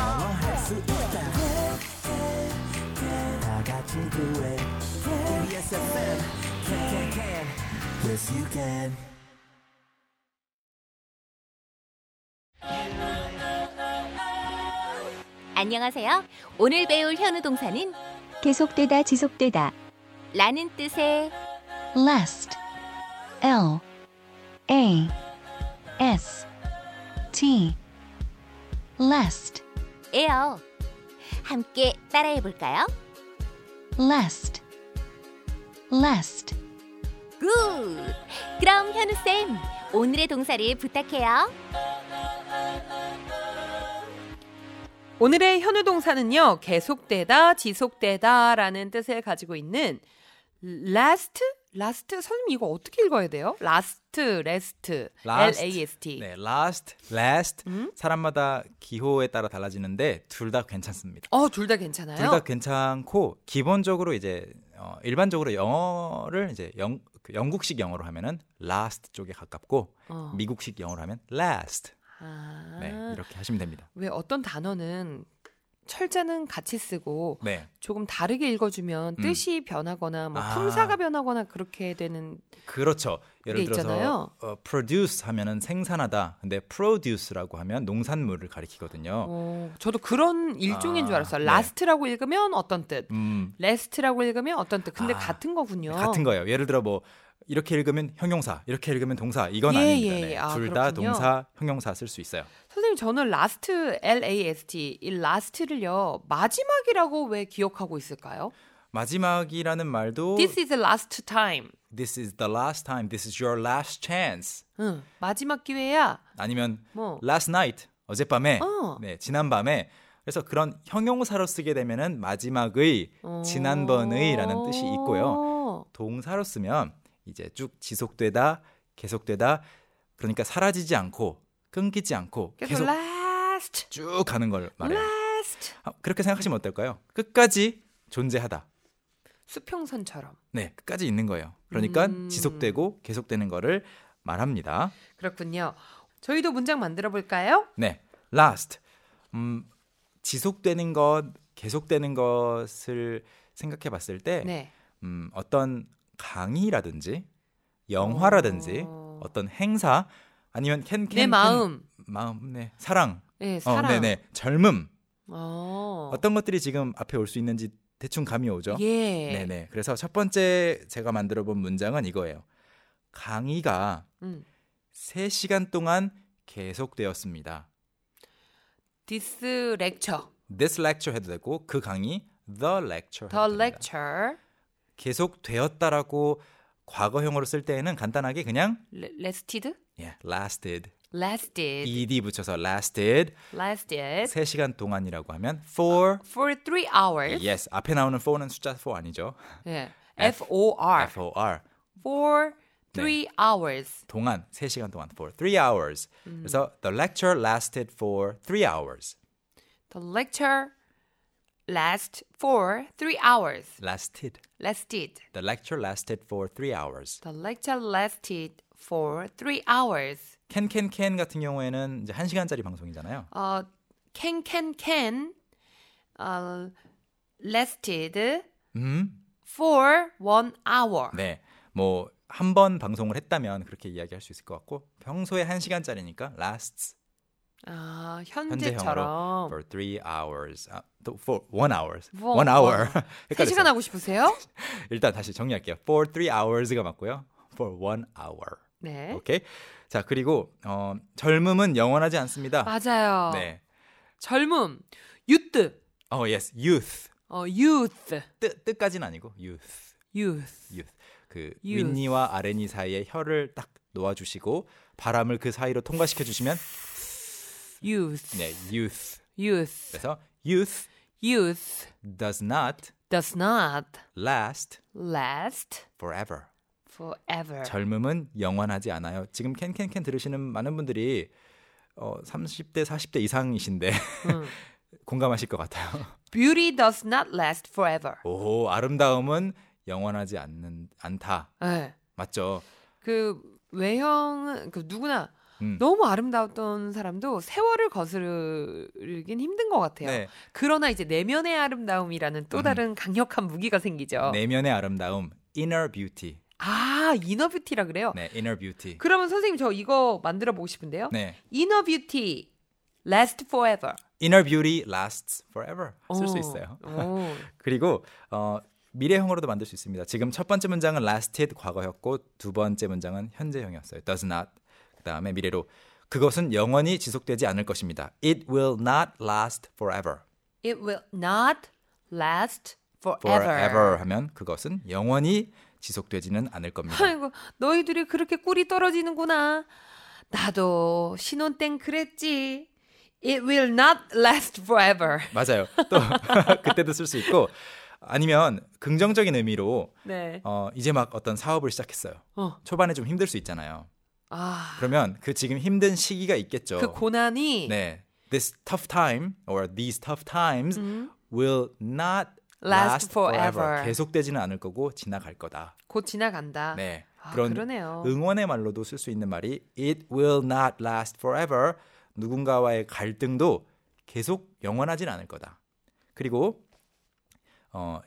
영화할 수 있다 다 같이 do it KBS FM can can can yes you can 안녕하세요. 오늘 배울 현우 동사는 계속되다 지속되다 라는 뜻의 last L A S T last 에요. 함께 따라해 볼까요? last last 굿! 그럼 현우쌤, 오늘의 동사를 부탁해요. 오늘의 현우 동사는요. 계속되다, 지속되다라는 뜻을 가지고 있는 last last 선생님 이거 어떻게 읽어야 돼요? last rest last. L A S T. 음? 네, last, last. 사람마다 기호에 따라 달라지는데 둘 다 괜찮습니다. 어, 둘 다 괜찮아요? 둘 다 괜찮고 기본적으로 이제 어, 일반적으로 영어를 이제 영, 그 영국식 영어로 하면은 last 쪽에 가깝고 어. 미국식 영어로 하면 last. 아. 네, 이렇게 하시면 됩니다. 왜 어떤 단어는 철자는 같이 쓰고 네, 조금 다르게 읽어주면 음. 뜻이 변하거나 뭐 아. 품사가 변하거나 그렇게 되는 그렇죠. 예를 그게 들어서 있잖아요. 어, produce 하면은 생산하다. 근데 produce라고 하면 농산물을 가리키거든요. 어, 저도 그런 일종인 아, 줄 알았어요 네. 라스트라고 읽으면 어떤 뜻 음, 레스트라고 읽으면 어떤 뜻 근데 아, 같은 거군요 같은 거예요. 예를 들어 뭐 이렇게 읽으면 형용사, 이렇게 읽으면 동사. 이건 예, 아닙니다. 예, 네. 예. 아, 둘 다 그렇군요. 동사, 형용사 쓸 수 있어요. 선생님 저는 라스트 LAST 이 라스트를요 마지막이라고 왜 기억하고 있을까요? 마지막이라는 말도 This is the last time. this is the last time, this is your last chance. 응, 마지막 기회야. 아니면 뭐. last night 어젯밤에 어. 네, 지난밤에 그래서 그런 형용사로 쓰게 되면은 마지막의 어. 지난번의라는 뜻이 있고요. 동사로 쓰면 이제 쭉 지속되다 계속되다 그러니까 사라지지 않고 끊기지 않고 계속, 계속 last, 쭉 가는 걸 말해요. last. 아, 그렇게 생각하시면 어떨까요? 끝까지 존재하다. 수평선처럼. 네, 끝까지 있는 거예요. 그러니까 음. 지속되고 계속되는 거를 말합니다. 그렇군요. 저희도 문장 만들어 볼까요? 네, last. 음, 지속되는 것, 계속되는 것을 생각해 봤을 때, 네. 음, 어떤 강의라든지, 영화라든지, 어. 어... 떤 행사, 아니면 캔, 캔, 내 캔, 마음. 마음, 네, 사랑, 네, 어, 사랑. 네네, 젊음, 어. 어떤 것들이 지금 앞에 올 수 있는지 대충 감이 오죠. 예. 네네. 그래서 첫 번째 제가 만들어 본 문장은 이거예요. 강의가 음. 3시간 동안 계속되었습니다. This lecture, 어, This lecture 해도 되고 그 강의 the lecture 해도 the 됩니다. lecture, 계속되었다라고 과거형으로 쓸 때에는 간단하게 그냥 le- lasted, 예, lasted lasted, ed 붙여서 lasted lasted 3시간 동안이라고 하면 for for three hours. yes 앞에 나오는 for는 숫자 4 아니죠. 예. F O R for 네. for three hours. 동안 3시간 동안 for 3 hours. 음. 그래서 the lecture lasted for 3 hours. The lecture last for three hours. lasted. Lasted. The lecture lasted for 3 hours. The lecture lasted for three hours. 캔캔캔 같은 경우에는 이제 1시간짜리 방송이잖아요. 어, can can can 어, lasted 음. for one hour. 네. 뭐 한 번 방송을 했다면 그렇게 이야기할 수 있을 것 같고 평소에 1시간짜리니까 lasts 아, 현재형으로 현재처럼 for 3 hours. 아, 또 for 1 hours. For 1 hour. one. 뭐, 세 헷갈렸어요. 시간 하고 싶으세요? 일단 다시 정리할게요. for 3 hours가 맞고요. for 1 hour. 네. 오케이. 자 그리고 어, 젊음은 영원하지 않습니다. 맞아요. 네. 젊음, youth, 어, yes, youth. 어, youth, 뜻 뜻까지는 아니고 youth, youth. youth. 그 Youth. 윗니와 아랫니 사이의 혀를 딱 놓아주시고 바람을 그 사이로 통과시켜 주시면 Youth, 네, youth. youth, 그래서 youth youth does not does not last last forever. forever. 젊음은 영원하지 않아요. 지금 캔캔캔 들으시는 많은 분들이 어, 30대, 40대 이상이신데 공감하실 것 같아요. Beauty does not last forever. 오, 아름다움은 영원하지 않는 않다. 예. 맞죠? 그 외형은 그 누구나 음. 너무 아름다웠던 사람도 세월을 거스르긴 힘든 것 같아요. 네. 음. 그러나 이제 내면의 아름다움이라는 또 다른 강력한 무기가 생기죠. 내면의 아름다움, inner beauty. 아, 이너 뷰티라 그래요? 네, inner beauty. 그러면 선생님 저 이거 만들어 보고 싶은데요. 네. 이너 뷰티 last forever. inner beauty lasts forever. 쓸 수 오, 있어요. 오. 그리고 어, 미래형으로도 만들 수 있습니다. 지금 첫 번째 문장은 last의 과거였고 두 번째 문장은 현재형이었어요. does not. 그다음에 미래로 그것은 영원히 지속되지 않을 것입니다. It will not last forever. It will not last forever. forever 하면 그것은 영원히 지속되지는 않을 겁니다. 아이고, 너희들이 그렇게 꿀이 떨어지는구나. 나도 신혼 땐 그랬지. It will not last forever. 맞아요. 또 그때도 쓸 수 있고 아니면 긍정적인 의미로 네. 어, 이제 막 어떤 사업을 시작했어요. 어. 초반에 좀 힘들 수 있잖아요. 아, 그러면 그 지금 힘든 시기가 있겠죠. 그 고난이 어. 네. This tough time or these tough times will not 음. Last last forever. forever. 계속되지는 않을 거고 지나갈 거다. 곧 지나간다. 네. 아, 그러네요. 응원의 말로도 쓸 수 있는 말이 it will not last forever. 누군가와의 갈등도 계속 영원하진 않을 거다. 그리고 어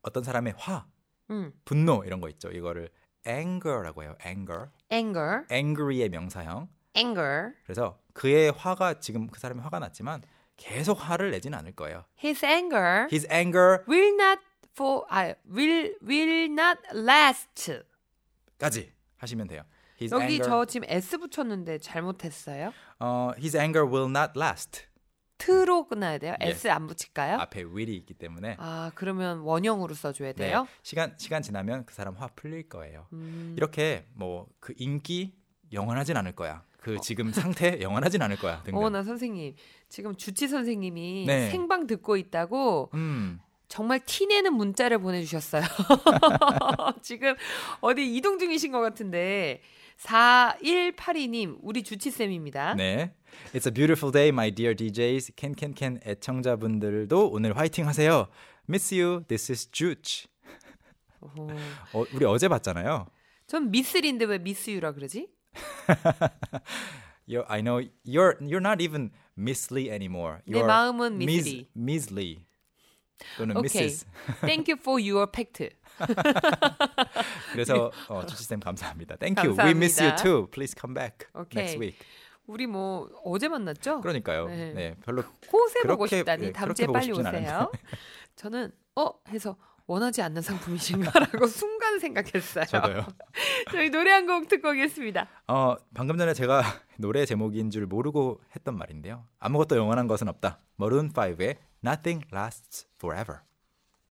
어떤 사람의 화, 음. 분노 이런 거 있죠. 이거를 anger라고 해요. anger. Anger, angry의 명사형. anger. 그래서 그의 화가 지금 그 사람이 화가 났지만 계속 화를 내지는 않을 거예요. His anger His anger까지 will not for 아, will will not last. 하시면 돼요. His 여기 anger, 저 지금 S 붙였는데 잘못했어요? 어, his anger will not last. 트로 끝나야 돼요? 예. S 안 붙일까요? 앞에 will이 있기 때문에 네? 아, 그러면 원형으로 써줘야 네, 돼요? 시간 시간 지나면 그 사람 화 풀릴 거예요. 음. 이렇게 뭐 그 인기 영원하진 않을 거야. 그 지금 상태 영원하진 않을 거야. 등등. 어. 어머나 선생님 지금 주치 선생님이 네. 생방 듣고 있다고 음, 정말 티내는 문자를 보내주셨어요. 지금 어디 이동 중이신 것 같은데 4182님 우리 주치쌤입니다. 네. It's a beautiful day, my dear DJs. 캔캔캔 애청자분들도 오늘 화이팅 하세요. Miss you. This is Juch. 오. 어, 우리 어제 봤잖아요. 전 미스린데 왜 미스유라 그러지? You're, I know you're you're not even Miss Lee anymore. 내 You're 마음은 Miss Miss- Lee. Miss Lee. 또는 오케이. Mrs. Thank you for your fact. 그래서 어, 주치쌤 감사합니다. Thank you. 네. 감사합니다. We miss you too. Please come back 오케이. next week. 우리 뭐 어제 만났죠? 그러니까요. 네. 네, 별로 꽃에 보고 그렇게, 싶다니 예, 다음 그렇게 주에 보고 빨리 싶진 오세요. 않은데. 저는 어 해서 원하지 않는 상품이신가라고 순간 생각했어요. 저도요. 저희 노래 한 곡 듣고 오겠습니다. 어, 방금 전에 제가 노래 제목인 줄 모르고 했던 말인데요. 아무것도 영원한 것은 없다. 머룬 5의 Nothing Lasts Forever.